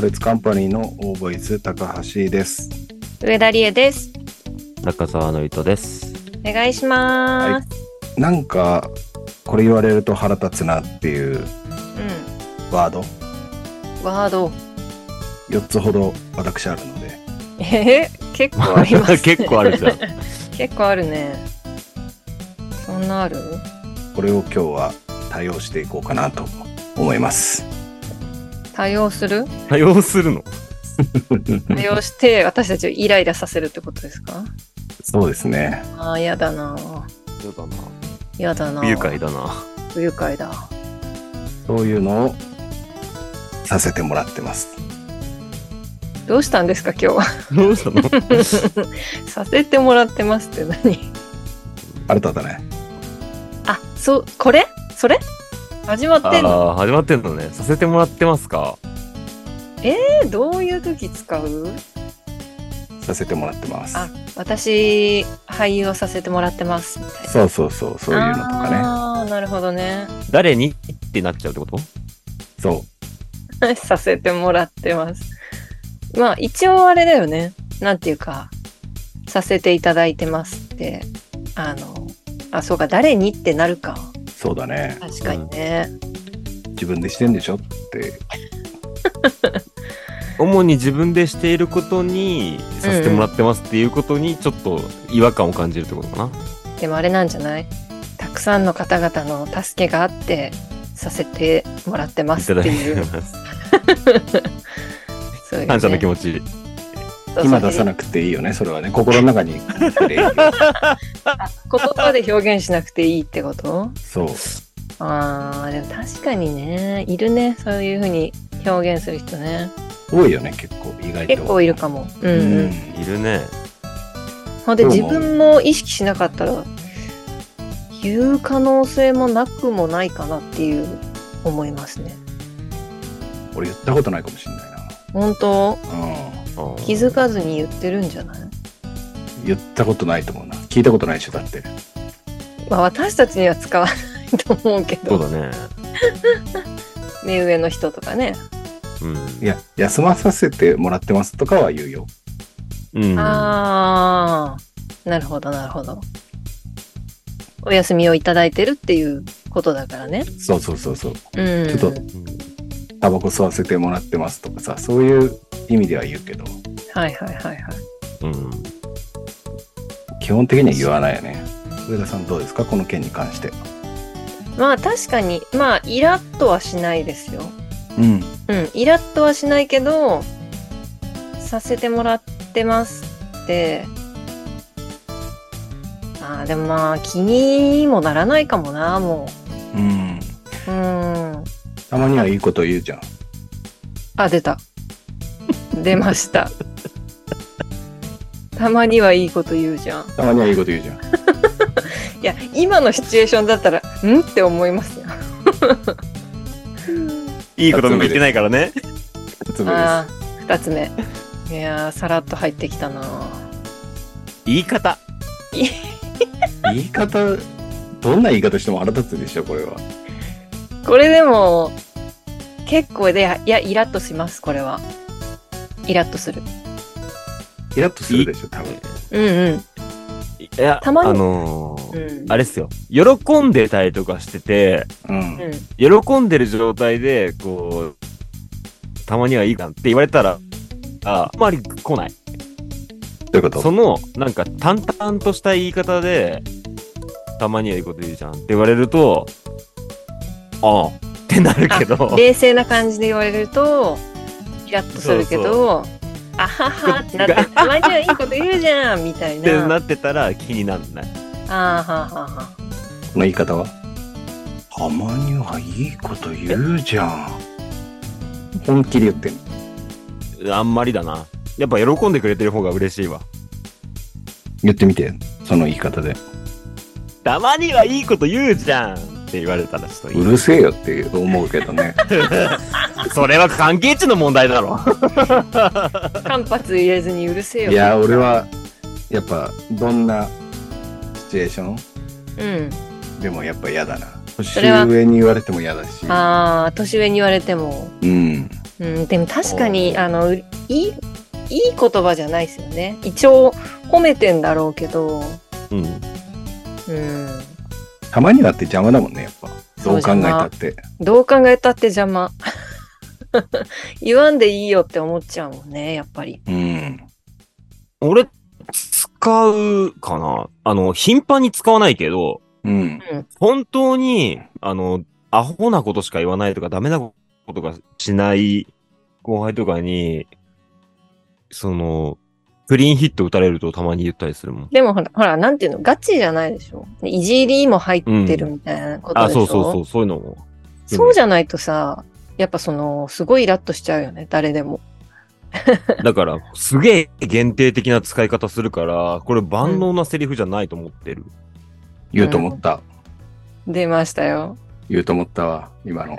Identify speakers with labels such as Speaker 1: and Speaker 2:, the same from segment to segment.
Speaker 1: ルツカンパニーのオーボイス高橋です。
Speaker 2: 上田理恵です。
Speaker 3: 中澤の糸です。。
Speaker 2: お願いします。
Speaker 1: なんかこれ言われると腹立つなっていうワード
Speaker 2: うん。ワード。
Speaker 1: 4つほど私あるので
Speaker 2: えー、 結構あります、ね
Speaker 3: 結構あるじゃん。
Speaker 2: 結構あるね。そんなある
Speaker 1: これを今日は対応していこうかなと思い ます。
Speaker 2: 対応する
Speaker 3: 多用するの
Speaker 2: 対応して私たちをイライラさせるってことですか
Speaker 1: そうですね。
Speaker 2: ああ、やだな。
Speaker 3: そうだな。
Speaker 2: やだな。
Speaker 3: 不愉快。だな。
Speaker 2: 不愉快だ。
Speaker 1: そういうのをさせてもらってます。
Speaker 2: どうしたんですか今日は。
Speaker 3: どうしたの
Speaker 2: させてもらってますって何
Speaker 1: 腹立たない。
Speaker 2: あ、そう、これそれ始まってんの
Speaker 3: ああ、始まってんのね。させてもらってますか
Speaker 2: えどういう時使う
Speaker 1: させてもらってます。
Speaker 2: あ私、俳優をさせてもらってますみたいな。
Speaker 1: そうそうそうそういうのとかね。
Speaker 2: ああ、なるほどね。
Speaker 3: 誰にってなっちゃうってこと
Speaker 1: そ
Speaker 2: させてもらってます。まあ、一応あれだよね。なんていうか、させていただいてますって。あの、あ、そうか、誰にってなるか。
Speaker 1: うそうだね。
Speaker 2: 確かにね。
Speaker 1: 自分でしてんでしょって
Speaker 3: 主に自分でしていることに、させてもらってますっていうことに、ちょっと違和感を感じるってことかな。
Speaker 2: でもあれなんじゃないたくさんの方々の助けがあって、させてもらってま
Speaker 3: い
Speaker 2: す
Speaker 3: た
Speaker 2: っ
Speaker 3: だ
Speaker 2: て
Speaker 3: き
Speaker 2: いう。
Speaker 3: ます。
Speaker 2: そういうね
Speaker 3: 感謝の気持ち。
Speaker 2: そう
Speaker 1: 今出さ
Speaker 2: そう
Speaker 1: なくていいよね。それはね心の中に
Speaker 2: 言葉で表現しなくていいってこと
Speaker 1: そう
Speaker 2: ああ、でも確かにね、いるね。そういうふうに表現する人ね。
Speaker 1: 多いよね結構意外と。
Speaker 2: 結構いるかも。うん、
Speaker 1: う
Speaker 2: う
Speaker 1: ん。
Speaker 2: ん。
Speaker 3: いるね。
Speaker 2: ほんで
Speaker 1: どう
Speaker 2: 自
Speaker 1: 思う
Speaker 2: 分も意識しなかったら言う可能性もなくもないかなっていう思いますね。
Speaker 1: 俺言ったことないかもしれない
Speaker 2: 本当
Speaker 1: な。
Speaker 3: あー
Speaker 2: 気づかずに言ってるんじゃない、
Speaker 1: うん。言ったことないと思うな。聞いたことないでしょだって。
Speaker 2: まあ、私たちには使わないと思うけ
Speaker 3: そう
Speaker 2: ど
Speaker 3: だね。
Speaker 2: 目上の人とかね。
Speaker 3: うん。
Speaker 1: いや休まさせてもらってますとかは言うよ。
Speaker 3: うん。
Speaker 2: ああなるほどなるほど。お休みをいただいてるっていうことだからね。
Speaker 1: そうそうそうそう。
Speaker 2: うん。
Speaker 1: ちょっとタバコ吸わせてもらってますとかさそういう意味では言うけど
Speaker 2: はいはいはいはい。
Speaker 3: うん。
Speaker 1: 基本的には言わないよね。上田さんどうですかこの件に関して。
Speaker 2: まあ確かにまあイラッとはしないですよ。
Speaker 1: うん。
Speaker 2: うん、イラッとはしないけど、させてもらってますって、ああ、でもまあ、気にもならないかもな、も
Speaker 1: うん。
Speaker 2: う。うん。
Speaker 1: たまにはいいこと言うじゃん。
Speaker 2: あ、出た。 出ました。たまにはいいこと言うじゃん。
Speaker 1: たまにはいいこと言うじゃん。
Speaker 2: いや、今のシチュエーションだったら、んって思いますよ。
Speaker 3: いいことも言ってないからね。
Speaker 1: 二つ目です。
Speaker 2: ああ、 二つ目。いやー、さらっと入ってきたな。
Speaker 3: 言い方。
Speaker 1: 言い方どんな言い方しても腹立つでしょこれは
Speaker 2: これでも結構でいやイラッとしますこれはイラッとする
Speaker 1: イラッとするでしょ多分
Speaker 2: うんうん
Speaker 3: いや、
Speaker 2: たまに
Speaker 3: あのー
Speaker 2: うん
Speaker 3: あれっすよ。喜んでたりとかしてて、
Speaker 1: うん
Speaker 2: うん
Speaker 3: 喜んでる状態で、こう、たまにはいいかなって言われたら、ああんまり来ない。
Speaker 1: どういうこと
Speaker 3: その、なんか、淡々とした言い方で、たまにはいいこと言うじゃんって言われると、ああ、ってなるけど、
Speaker 2: 冷静な感じで言われるとイラッとするけどあははってなってたまにはいいこと言うじゃんみたい
Speaker 3: って
Speaker 2: な
Speaker 3: なってたら気になんない。
Speaker 2: あーはーはーは
Speaker 1: こ
Speaker 2: ー
Speaker 1: の言い方はたまにはいいこと言うじゃん本気で言ってんの
Speaker 3: あんまりだな。やっぱ喜んでくれてる方が嬉しいわ。
Speaker 1: 言ってみてその言い方で
Speaker 3: たまにはいいこと言うじゃんって言われたらちょっというい。
Speaker 1: るせえよって思うけど ね
Speaker 3: それは関係値の問題だろ。
Speaker 2: 間髪入れずにうるせえよ
Speaker 1: いや俺はやっぱどんなシチュエーショ
Speaker 2: うん
Speaker 1: ンでもやっぱ嫌だな年
Speaker 2: れは
Speaker 1: 上に言われても嫌だし
Speaker 2: ああ年上に言われても
Speaker 1: うん
Speaker 2: ううん、でも確かにあのいいいい言葉じゃないですよね一応褒めてんだろうけど
Speaker 3: うん。
Speaker 2: うん
Speaker 1: たまにはって邪魔だもんね、やっぱ。どう考えたって。
Speaker 2: どう考えたって邪魔 言わんでいいよって思っちゃうもんねやっぱり
Speaker 1: うん。
Speaker 3: 俺、使うかなあの、頻繁に使わないけど、
Speaker 1: うん。
Speaker 3: 本当に、あの、アホなことしか言わないとか、ダメなことがしない後輩とかに、その、クリーンヒット打たれるとたまに言ったりするもん。
Speaker 2: でもほらほらなんていうのガチじゃないでしょいじりも入ってるみたいなこと
Speaker 3: あ、
Speaker 2: でしょ、
Speaker 3: そうそうそう、そういうのも。
Speaker 2: そうじゃないとさやっぱそのすごいイラッとしちゃうよね誰でも
Speaker 3: だから、すげえ限定的な使い方するから、これ万能なセリフじゃないと思ってる。
Speaker 1: 言うと思った。
Speaker 2: 出ましたよ
Speaker 1: 言うと思ったわ、今の。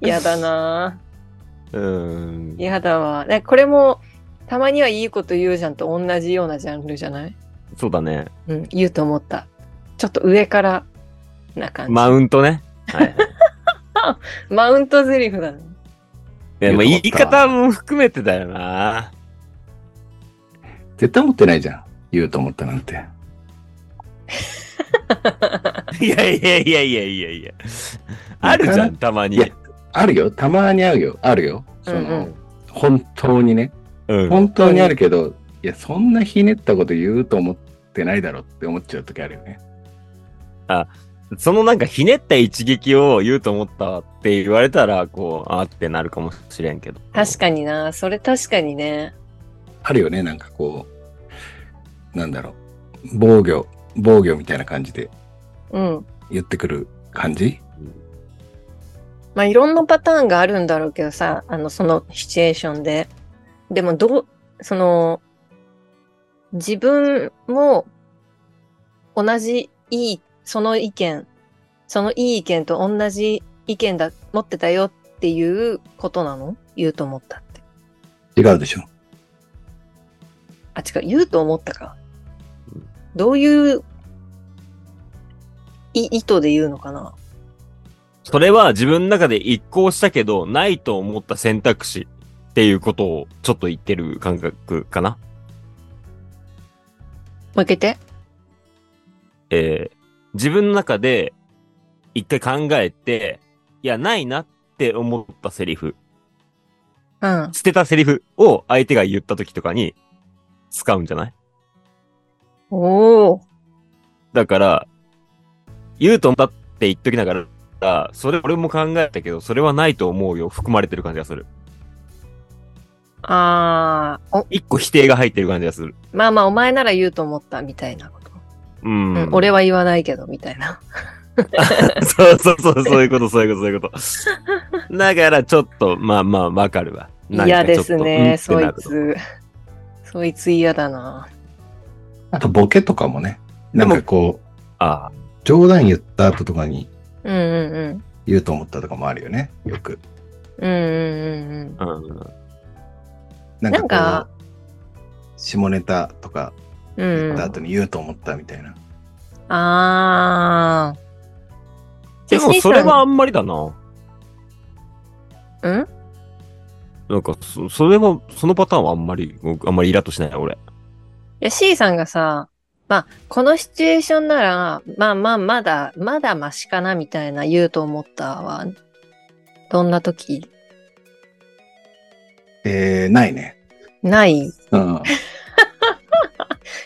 Speaker 2: 嫌だな ぁ
Speaker 3: うーん。
Speaker 2: 嫌だわねこれもたまにはいいこと言うじゃんと同じようなジャンルじゃない、
Speaker 3: そうだね。
Speaker 2: うん、言うと思ったちょっと上からな感じ、
Speaker 3: マウントね。 はい。
Speaker 2: マウントゼリフだね
Speaker 3: でも
Speaker 1: 言う
Speaker 3: 言
Speaker 1: と
Speaker 3: い
Speaker 1: 思った
Speaker 3: 方も含めてだよな。
Speaker 1: 絶対思ってないじゃん。言うと思ったなんて。
Speaker 3: いやいやいやいやいやいや。あるじゃん、たま
Speaker 1: い
Speaker 3: に
Speaker 1: や。あるよ。たまにあるよ。あるよ。その、
Speaker 2: うんうん
Speaker 1: 本当にね。
Speaker 3: うん。
Speaker 1: 本当にあるけど、いや、そんなひねったこと言うと思ってないだろって思っちゃう時あるよね。
Speaker 3: そのなんかひねった一撃を言うと思ったって言われたら、こう、あーってなるかもしれんけど。
Speaker 2: 確かになそれ確かにね
Speaker 1: あるよね。なんかこう、なんだろう。防御、防御みたいな感じで
Speaker 2: うん
Speaker 1: 言ってくる感じ
Speaker 2: まあいろんなパターンがあるんだろうけどさあのそのシチュエーションででもどうその自分も同じいいその意見そのいい意見と同じ意見だ持ってたよっていうことなの言うと思ったって
Speaker 1: 違うでしょ。
Speaker 2: あ違う言うと思ったかどういうい意図で言うのかな
Speaker 3: それは自分の中で一行したけど、ないと思った選択肢っていうことをちょっと言ってる感覚かな。
Speaker 2: もう一回言って
Speaker 3: えー自分の中で一回考えて、いや、ないなって思ったセリフ、
Speaker 2: うん
Speaker 3: 捨てたセリフを相手が言った時とかに使うんじゃない
Speaker 2: おお
Speaker 3: だから、言うと思ったって言っときながら、それ俺も考えたけど、それはないと思うよ、含まれてる感じがする。
Speaker 2: ああ、お、
Speaker 3: 一個否定が入ってる感じがする。
Speaker 2: まあまあ、お前なら言うと思った、みたいなこと。
Speaker 3: うん。
Speaker 2: うん、俺は言わないけど、みたいな。
Speaker 3: そうそうそう、そういうこと、そういうこと、そういうこと。だから、ちょっと、まあまあ、わかるわ。なんか
Speaker 2: 嫌ですね、
Speaker 3: ちょ
Speaker 2: そ
Speaker 3: っと
Speaker 2: い。つ。そいつ嫌だな。
Speaker 1: あと、ボケとかもね。
Speaker 3: で
Speaker 1: な
Speaker 3: も
Speaker 1: んかこう、
Speaker 3: あ
Speaker 1: 冗談言った後とかに
Speaker 2: うんうん
Speaker 1: 言うと思ったとかもあるよね。よく。
Speaker 2: うん。うんうんうんうん。
Speaker 3: あー、うん。
Speaker 1: なん
Speaker 2: なん
Speaker 1: か
Speaker 2: か
Speaker 1: こう、下ネタとか
Speaker 2: うん
Speaker 1: 言
Speaker 2: う
Speaker 1: った
Speaker 2: ん、
Speaker 1: 後に言うと思ったみたいな。
Speaker 2: ああ。
Speaker 3: でも、それはあ
Speaker 2: ん
Speaker 3: んまりだな。
Speaker 2: うん
Speaker 3: なんか、そ、それは、そのパターンはあんまり、僕あんまりイラッとしないな、俺。
Speaker 2: いや、C さんがさ、まあ、このシチュエーションなら、まあまあ、まだ、まだマシかな、みたいな言うと思ったわ。どんな時
Speaker 1: えー、ないね。
Speaker 2: ない
Speaker 1: うん。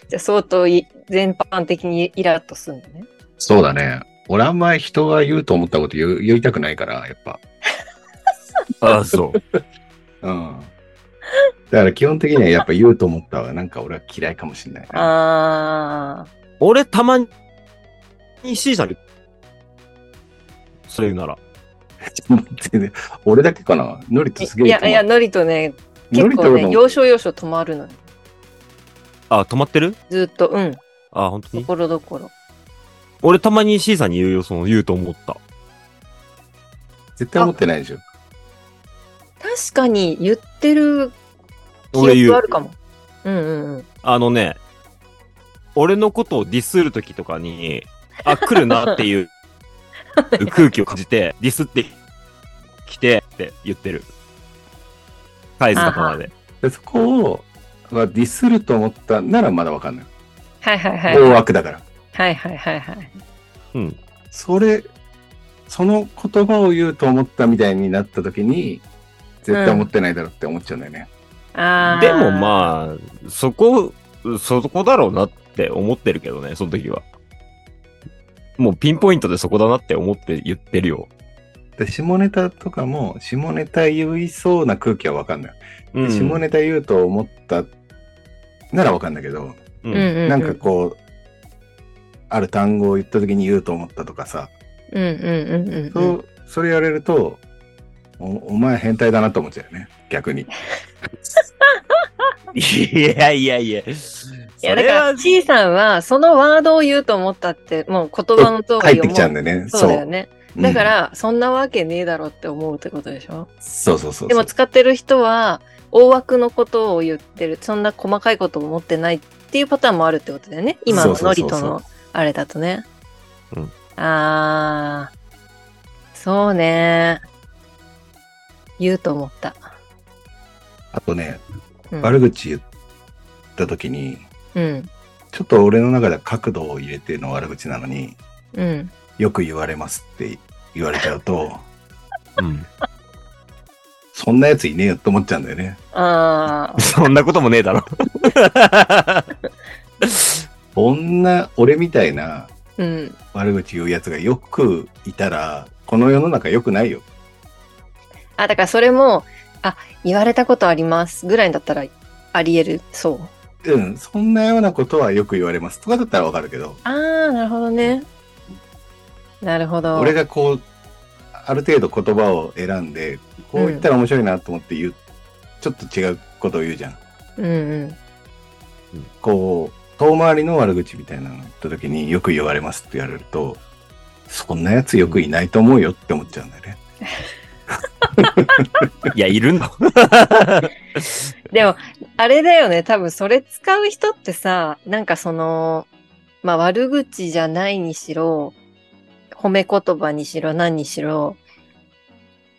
Speaker 2: じゃあ相当い全般的にイラッとするのね。
Speaker 1: そうだね。俺あんまり人が言うと思ったこと言う言いたくないから、やっぱ。
Speaker 3: ああ、そう。
Speaker 1: うん。だから基本的にはやっ ぱ言うと思ったわ。なんか俺は嫌いかもしれない。
Speaker 2: あ
Speaker 3: 俺、たまに C さんに、それ言うなら。
Speaker 1: 全然 俺だけかな。ノリとすげ
Speaker 2: ー
Speaker 1: え。
Speaker 2: いやいや、ノリとね、
Speaker 1: ノ
Speaker 2: 結
Speaker 1: リと
Speaker 2: 構ね、要
Speaker 1: の
Speaker 2: 所要所止まるのよ。
Speaker 3: あ、止まってる
Speaker 2: ずっと、うん、
Speaker 3: あー、本当
Speaker 2: と
Speaker 3: に
Speaker 2: ころどころ。
Speaker 3: 俺、たまに C さんに言うよ、その、言うと思った。
Speaker 1: 絶対思ってないでしょ。
Speaker 2: 確かに言ってる
Speaker 3: 俺
Speaker 2: 記
Speaker 3: 言う
Speaker 2: 憶あるかも。うんうんうん。
Speaker 3: あのね、俺のことをディスるときとかに、あ、来るなっていう空気を感じて、ディスって来てって言ってる。返す仲間で。
Speaker 1: でそこをまあディスると思ったならまだわかんない。
Speaker 2: はいはいはい。
Speaker 1: 大枠だから。
Speaker 2: はいはいはいはい。
Speaker 3: うん。
Speaker 1: それ、その言葉を言うと思ったみたいになった時に、絶対思ってないだろうって思っちゃうんだよね。
Speaker 2: あ
Speaker 3: でも
Speaker 2: あ。
Speaker 3: まあ、そこ、そこだろうなって思ってるけどね、その時は。もうピンポイントでそこだなって思って言ってるよ。
Speaker 1: で下ネタとかも、下ネタ言いそうな空気はわかんない。
Speaker 3: うん。
Speaker 1: 下ネタ言うと思ったならわかんないけど、
Speaker 3: う
Speaker 2: うんんうんうん。
Speaker 1: なんかこう、ある単語を言った時に言うと思ったとかさ、
Speaker 2: うんうんうんうん。
Speaker 1: そうそれやれるとお、お前変態だなと思っちゃうよね、逆に。
Speaker 3: いやいやいや。い
Speaker 2: いやだから、C さんは、そのワードを言うと思ったって、もう言葉の通り
Speaker 1: 入ってきちゃうん
Speaker 2: だ
Speaker 1: だよね。
Speaker 2: そうだよね。
Speaker 1: そう
Speaker 2: だか、
Speaker 1: うん
Speaker 2: ら、そんなわけねえだろって思うってことでしょ
Speaker 1: そうそうそうそう。
Speaker 2: でも使ってる人は、大枠のことを言ってる。そんな細かいことを思ってないっていうパターンもあるってことだよね。今のノリと
Speaker 1: そうそうそう
Speaker 2: のあれだとね。
Speaker 3: うん
Speaker 2: あー、そうね。言うと思った。
Speaker 1: あとね、
Speaker 2: うん
Speaker 1: 悪口言った時に、
Speaker 2: うん。
Speaker 1: ちょっと俺の中では角度を入れての悪口なのに、
Speaker 2: うん。
Speaker 1: よく言われますって言われちゃうと、
Speaker 3: うん。
Speaker 1: そんなやついねえよって思っちゃうんだよね。
Speaker 2: あー、
Speaker 3: そんなこともねえだろ。
Speaker 1: そんな俺みたいな
Speaker 2: うん。
Speaker 1: 悪口言うやつがよくいたら、この世の中良くないよ。
Speaker 2: あ、だからそれも、あ、言われたことありますぐらいだったらあり得る。そう。
Speaker 1: うん、そんなようなことはよく言われますとかだったらわかるけど、
Speaker 2: あー、なるほどね。なるほど。
Speaker 1: 俺がこう、ある程度言葉を選んで、こう言ったら面白いなと思って言う、ちょっと違うことを言うじゃん。
Speaker 2: うんうん。
Speaker 1: こう、遠回りの悪口みたいなの言った時によく言われますって言われると、そんなやつよくいないと思うよって思っちゃうんだよね。
Speaker 3: いや、いるんだ。
Speaker 2: でも、あれだよね。多分それ使う人ってさ、なんかその、まあ悪口じゃないにしろ、褒め言葉にしろ何にしろ、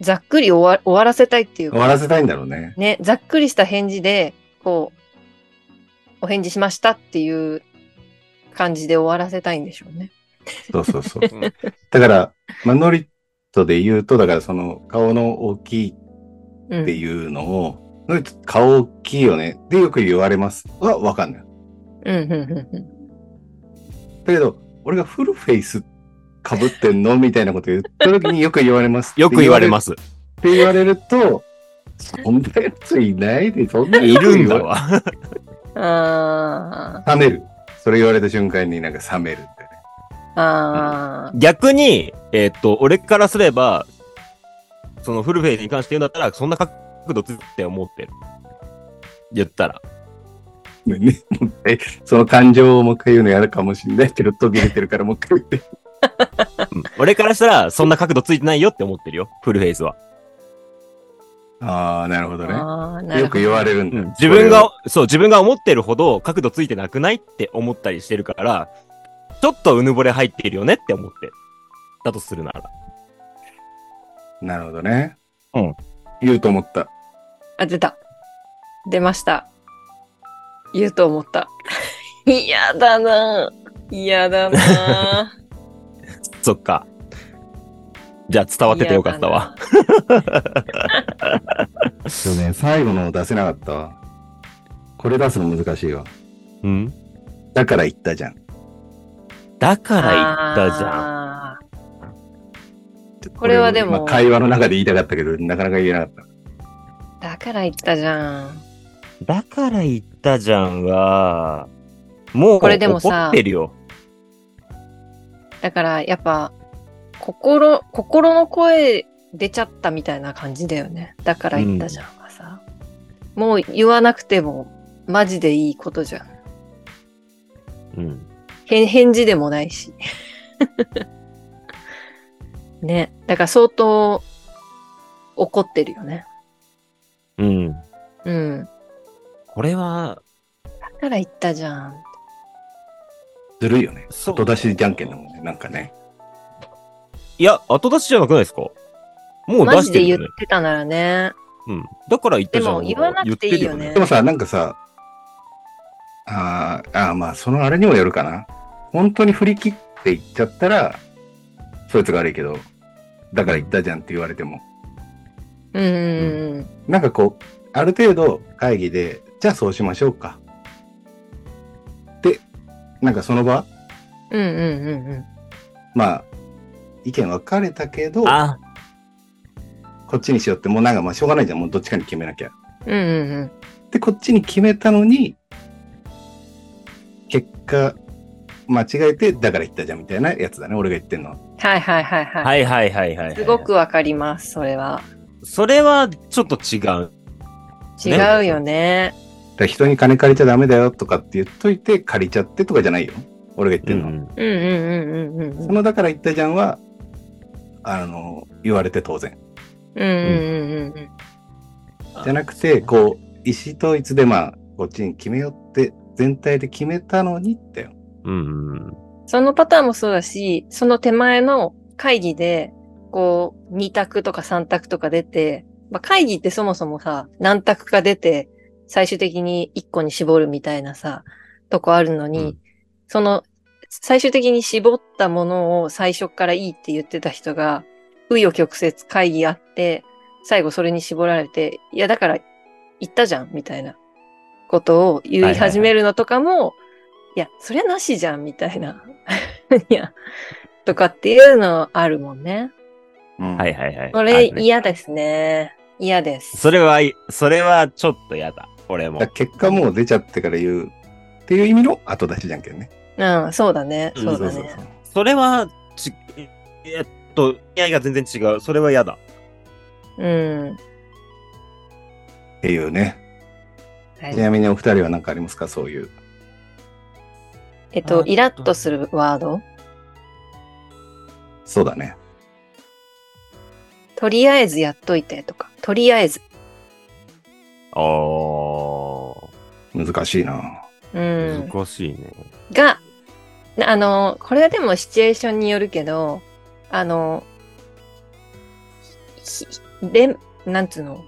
Speaker 2: ざっくり終わ終わらせたいっていう
Speaker 1: 終
Speaker 2: か、
Speaker 1: わらせたいんだろうね。
Speaker 2: ね、ざっくりした返事で、こう、お返事しましたっていう感じで終わらせたいんでしょうね。
Speaker 1: そうそうそう。だから、まあ、ノリトで言うと、だからその顔の大きい
Speaker 2: うん
Speaker 1: っていうのを、ノリト顔大きいよね。で、よく言われます。はわかんない。
Speaker 2: うんうんうんうん。
Speaker 1: だけど、俺がフルフェイス被ってんのみたいなこと言った時によく言われます。
Speaker 3: よく言われ
Speaker 1: す。
Speaker 3: ます。
Speaker 1: って言われると、そんなやついないで、そんなやつ
Speaker 3: いるん
Speaker 1: 言わ
Speaker 3: だ
Speaker 1: れ
Speaker 3: わ。
Speaker 2: あ
Speaker 1: 冷める。それ言われた瞬間になんか冷めるんだよね。
Speaker 2: あ、ああ、
Speaker 3: 逆に、えーっと、俺からすれば、そのフルフェイスに関して言うんだったら、そんな角度つって思ってる。言ったら。
Speaker 1: ごめんね、もう一回その感情をもう一回言うのやるかもしれないけど、途切れてるからもう一回言って。
Speaker 3: うん俺からしたら、そんな角度ついてないよって思ってるよ。フルフェイスは。
Speaker 1: ああ、なるほどね。
Speaker 2: ああ、なる
Speaker 1: よ
Speaker 2: ほ
Speaker 1: く
Speaker 2: ど。
Speaker 1: 言われるんだ。
Speaker 3: 自分が、そう、自分が思ってるほど角度ついてなくないって思ったりしてるから、ちょっとうぬぼれ入っているよねって思ってる。だとするなら。
Speaker 1: なるほどね。
Speaker 3: うん。
Speaker 1: 言うと思った。
Speaker 2: あ、出た。出ました。言うと思 った。嫌だなぁ嫌だ なぁ
Speaker 3: そっか。じゃあ伝わっててよかったわ。。
Speaker 1: そうね、最後の出せなかったわ。これ出すの難しいわ。
Speaker 3: うん。
Speaker 1: だから言ったじゃん。
Speaker 3: だか
Speaker 2: 嫌だ
Speaker 3: ら
Speaker 2: な
Speaker 3: 言ったじゃん。
Speaker 2: ゃん。これはでも
Speaker 1: まあ会話の中で言いたかったけど、なかなか言えなかった。
Speaker 2: だから言ったじゃん。
Speaker 3: だから言ったじゃんは、もう
Speaker 2: これでもさ
Speaker 3: 怒ってるよ。
Speaker 2: だからやっぱ、心、心の声出ちゃったみたいな感じだよね。だから言ったじゃんはさ。もう言わなくても、マジでいいことじゃん。
Speaker 3: うん。
Speaker 2: 返返事でもないし。 ね。だから相当怒ってるよね。
Speaker 3: うん。
Speaker 2: うん。
Speaker 3: これは、
Speaker 2: だから言ったじゃん。
Speaker 1: ずるいよね。
Speaker 3: そう
Speaker 1: 後出しじゃんけんだもんね。なんかね。
Speaker 3: いや、後出しじゃなくないですかもう
Speaker 2: マ
Speaker 3: 出
Speaker 2: ジ
Speaker 3: して
Speaker 2: で
Speaker 3: る
Speaker 2: 言
Speaker 3: よ
Speaker 2: っ
Speaker 3: ね。
Speaker 2: てたならね。
Speaker 3: うん。だから言ったじゃん。
Speaker 2: でも言わなくていいよね
Speaker 1: でもさ、なんかさ、あーあー、まあ、そのあれにもよるかな。本当に振り切っていっちゃったら、そいつが悪いけど、だから言ったじゃんって言われても。
Speaker 2: うんうんうん。
Speaker 1: なんかこう、ある程度会議で、じゃあそうしましょうか。で、なんかその場、
Speaker 2: うんうんうんうん。
Speaker 1: まあ、意見分かれたけど、
Speaker 3: あ、
Speaker 1: こっちにしようって、もうなんかまあしょうがないじゃん。もうどっちかに決めなきゃ。
Speaker 2: うんうんうん。
Speaker 1: で、こっちに決めたのに、結果、間違えて、だから言ったじゃんみたいなやつだね。俺が言ってんのは。
Speaker 2: はいはいはいはい。
Speaker 3: はいはいはいはいはい。
Speaker 2: すごく。わかります、それは。
Speaker 3: それはちょっと違う。
Speaker 2: 違うよね。
Speaker 1: だから人に金借りちゃダメだよとかって言っといて、借りちゃってとかじゃないよ。俺が言ってんのは。
Speaker 2: うんうんうんうんうん
Speaker 1: その、だから言ったじゃんは、あの、言われて当然。
Speaker 2: うんうんうんうん
Speaker 1: じゃなくて、こう、意思統一でまあ、こっちに決めようって、全体で決めたのにってよ。
Speaker 3: うんうん。
Speaker 2: そのパターンもそうだし、その手前の会議で、こう、2択とか3択とか出て、まあ、会議ってそもそもさ、何択か出て、最終的に1個に絞るみたいなさ、とこあるのに、
Speaker 3: うん
Speaker 2: その、最終的に絞ったものを最初からいいって言ってた人が、紆余曲折会議あって、最後それに絞られて、いやだから言ったじゃん、みたいなことを言い始めるのとかも、いや、そりゃなしじゃん、みたいな。 いや、とかっていうのあるもんね。
Speaker 1: うん
Speaker 3: はいはいはい。
Speaker 2: そ
Speaker 3: あ
Speaker 2: れ
Speaker 3: るね
Speaker 2: 嫌ですね。嫌です。
Speaker 3: それは、それはちょっと嫌だ。俺も
Speaker 1: だから。結果もう出ちゃってから言うっていう意味の後出しじゃんけんね。
Speaker 2: うん、そうだね。
Speaker 3: うん
Speaker 2: そうだ
Speaker 1: そう
Speaker 2: ね。
Speaker 1: そう
Speaker 3: それはち、えっと、意味が全然違う。それは嫌だ。
Speaker 2: うん。
Speaker 1: っていうね。
Speaker 2: はい
Speaker 1: ちなみにお二人は何かありますかそういう。
Speaker 2: えっと、イラッとするワード
Speaker 1: そうだね。
Speaker 2: とりあえずやっといてとか、とりあえず。
Speaker 3: あー、
Speaker 1: 難しいな。
Speaker 2: うん。
Speaker 3: 難しいね。
Speaker 2: が、あの、これはでもシチュエーションによるけど、あの、ひで、なんつうの、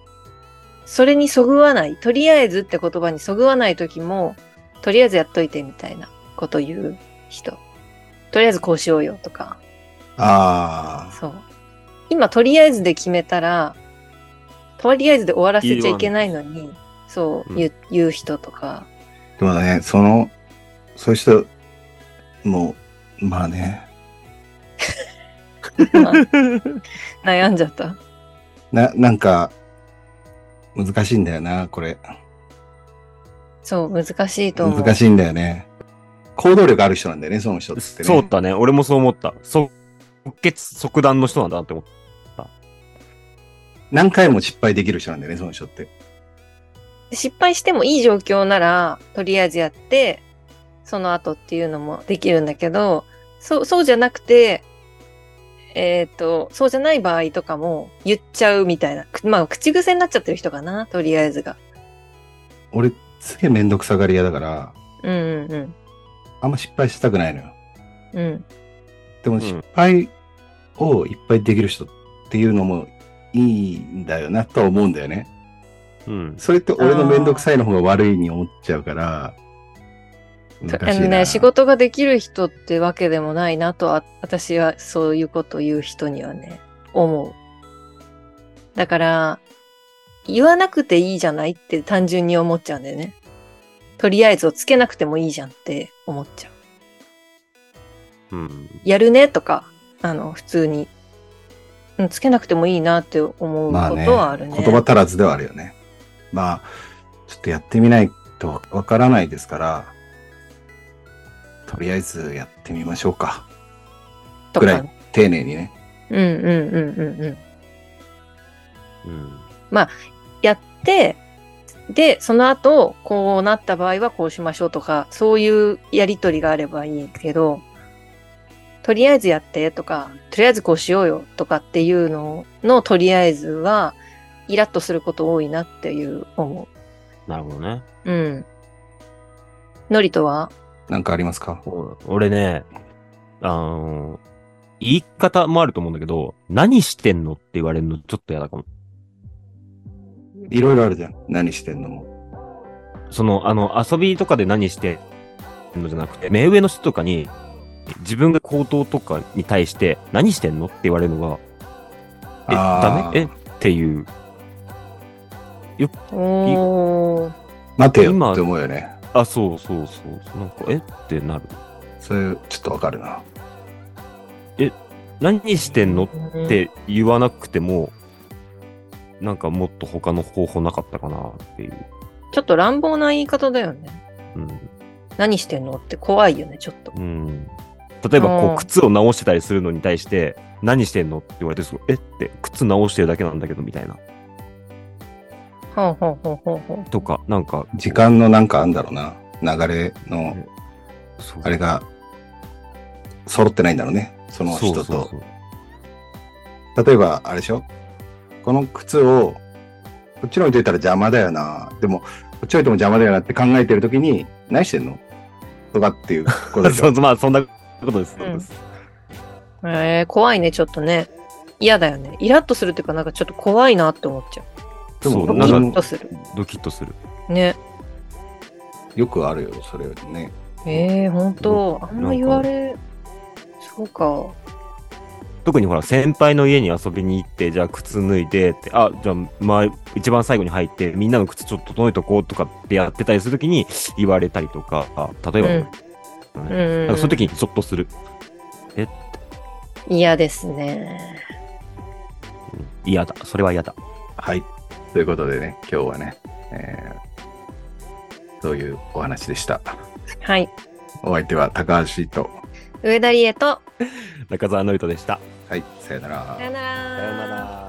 Speaker 2: それにそぐわない、とりあえずって言葉にそぐわない時も、とりあえずやっといてみたいなこと言う人。とりあえずこうしようよとか、
Speaker 1: あ
Speaker 2: そう。今、とりあえずで決めたら、とりあえずで終わらせちゃいけないのに、そう、
Speaker 3: うん
Speaker 2: 言う言う人とか、
Speaker 1: あ。でもね、その、そういう人、もう、まあね。
Speaker 2: まあ悩んじゃった。
Speaker 1: な、なんか、難しいんだよな、これ。
Speaker 2: そう、難しいと思う。
Speaker 1: 難しいんだよね。行動力ある人なんだよね、その人ってね。
Speaker 3: そうだね。俺もそう思った。即決即断の人なんだなって思った。
Speaker 1: 何回も失敗できる人なんだよね、その人って。
Speaker 2: 失敗してもいい状況なら、とりあえずやって、その後っていうのもできるんだけど、そう、そうじゃなくて、えっ、と、そうじゃない場合とかも言っちゃうみたいな。くまあ、口癖になっちゃってる人かな、とりあえずが。
Speaker 1: 俺、すげえめんどくさがり屋だから、
Speaker 2: うんうん
Speaker 1: あんま失敗したくないのよ。
Speaker 2: うん。うん。
Speaker 1: でも
Speaker 3: ん
Speaker 1: 失敗をいっぱいできる人っていうのもいいんだよなとは思うんだよね。
Speaker 3: うん。
Speaker 1: それって俺のめんどくさいの方が悪いに思っちゃうから、難
Speaker 2: あ
Speaker 1: し
Speaker 2: の
Speaker 1: いな。
Speaker 2: ね、仕事ができる人ってわけでもないなとは、私はそういうことを言う人にはね、思う。だから、言わなくていいじゃないって単純に思っちゃうんだよね。とりあえずをつけなくてもいいじゃんって思っちゃう。
Speaker 3: うん。
Speaker 2: やるねとか、あの、普通に、うん、つけなくてもいいなって思うこと
Speaker 1: まあね
Speaker 2: はあるね。
Speaker 1: 言葉足らずではあるよね。まあ、ちょっとやってみないとわからないですから、とりあえずやってみましょうか。
Speaker 2: と
Speaker 1: ぐら
Speaker 2: か
Speaker 1: い。丁寧にね。
Speaker 2: うんうんうんうんうん。
Speaker 3: うん。
Speaker 2: やって、で、その後、こうなった場合はこうしましょうとか、そういうやりとりがあればいいけど、とりあえずやってとか、とりあえずこうしようよとかっていうのの、とりあえずは、イラッとすること多いなっていう思
Speaker 3: なるほどね。
Speaker 2: う。うん。のりとは
Speaker 1: なんかありますか
Speaker 3: そう俺ね、あの、言い方もあると思うんだけど、何してんのって言われるのちょっと嫌だかも。
Speaker 1: いろいろあるじゃん。何してんのも。
Speaker 3: その、あの、遊びとかで何してんのじゃなくて、目上の人とかに、自分が行動とかに対して、何してんのって言われるのが、え、
Speaker 1: あー
Speaker 3: ダメえっていう。
Speaker 2: おー
Speaker 1: 待てよ
Speaker 3: 今
Speaker 1: って思うよね。
Speaker 3: あ、そうそうそう。なんか、えってなる。
Speaker 1: そういう、ちょっとわかるな。
Speaker 3: 何してんのって言わなくても、なんかもっと他の方法なかったかなっていう。
Speaker 2: ちょっと乱暴な言い方だよね。何してんのって怖いよね、ちょっと。
Speaker 3: うん。うん。例えば、
Speaker 2: う
Speaker 3: こ
Speaker 2: ん
Speaker 3: う、靴を直してたりするのに対して、何してんのって言われて、そうえって、靴直してるだけなんだけど、みたいな。
Speaker 2: ほうほうほうほうほ
Speaker 3: とか、なんか、
Speaker 1: 時間のなんかあんだろうな。流れの、
Speaker 3: そう
Speaker 1: あれが、揃ってないんだろうね。その人と。
Speaker 3: そうそうそう
Speaker 1: 例えば、あれでしょこの靴を、こっちに置いといたら邪魔だよな。でも、こっち置いても邪魔だよなって考えてるときに、何してんのとかっていうことでし
Speaker 3: そ
Speaker 1: ょ
Speaker 3: うそう、まあ、そんなことです。そうです
Speaker 2: う。えー、怖いね、ちょっとね。嫌だよね。イラッとするっていうか、なんかちょっと怖いなって思っちゃう。
Speaker 1: でも
Speaker 3: そう
Speaker 2: ド
Speaker 3: な
Speaker 2: キ
Speaker 3: んか
Speaker 2: ッとする。
Speaker 3: ドキッとする。
Speaker 2: ね。
Speaker 1: よくあるよ、それよりね。
Speaker 2: えー、本当あんま言われ、そうか。
Speaker 3: 特にほら、先輩の家に遊びに行って、じゃあ靴脱いでって、あ、じゃあ、まあ、一番最後に入って、みんなの靴ちょっと整えとこうとかってやってたりするときに言われたりとか、あ例えば、ね
Speaker 2: うんうん
Speaker 3: なんかそういうときにゾッとする。
Speaker 2: 嫌ですね。
Speaker 3: 嫌だ。それは嫌だ。
Speaker 1: はい。ということでね、今日はね、えー、そういうお話でした。
Speaker 2: はい。
Speaker 1: お相手は高橋と。
Speaker 2: 上田理恵と、
Speaker 3: 中澤のりとでした。
Speaker 1: はい、さよなら。
Speaker 2: さよなら。
Speaker 3: さようなら。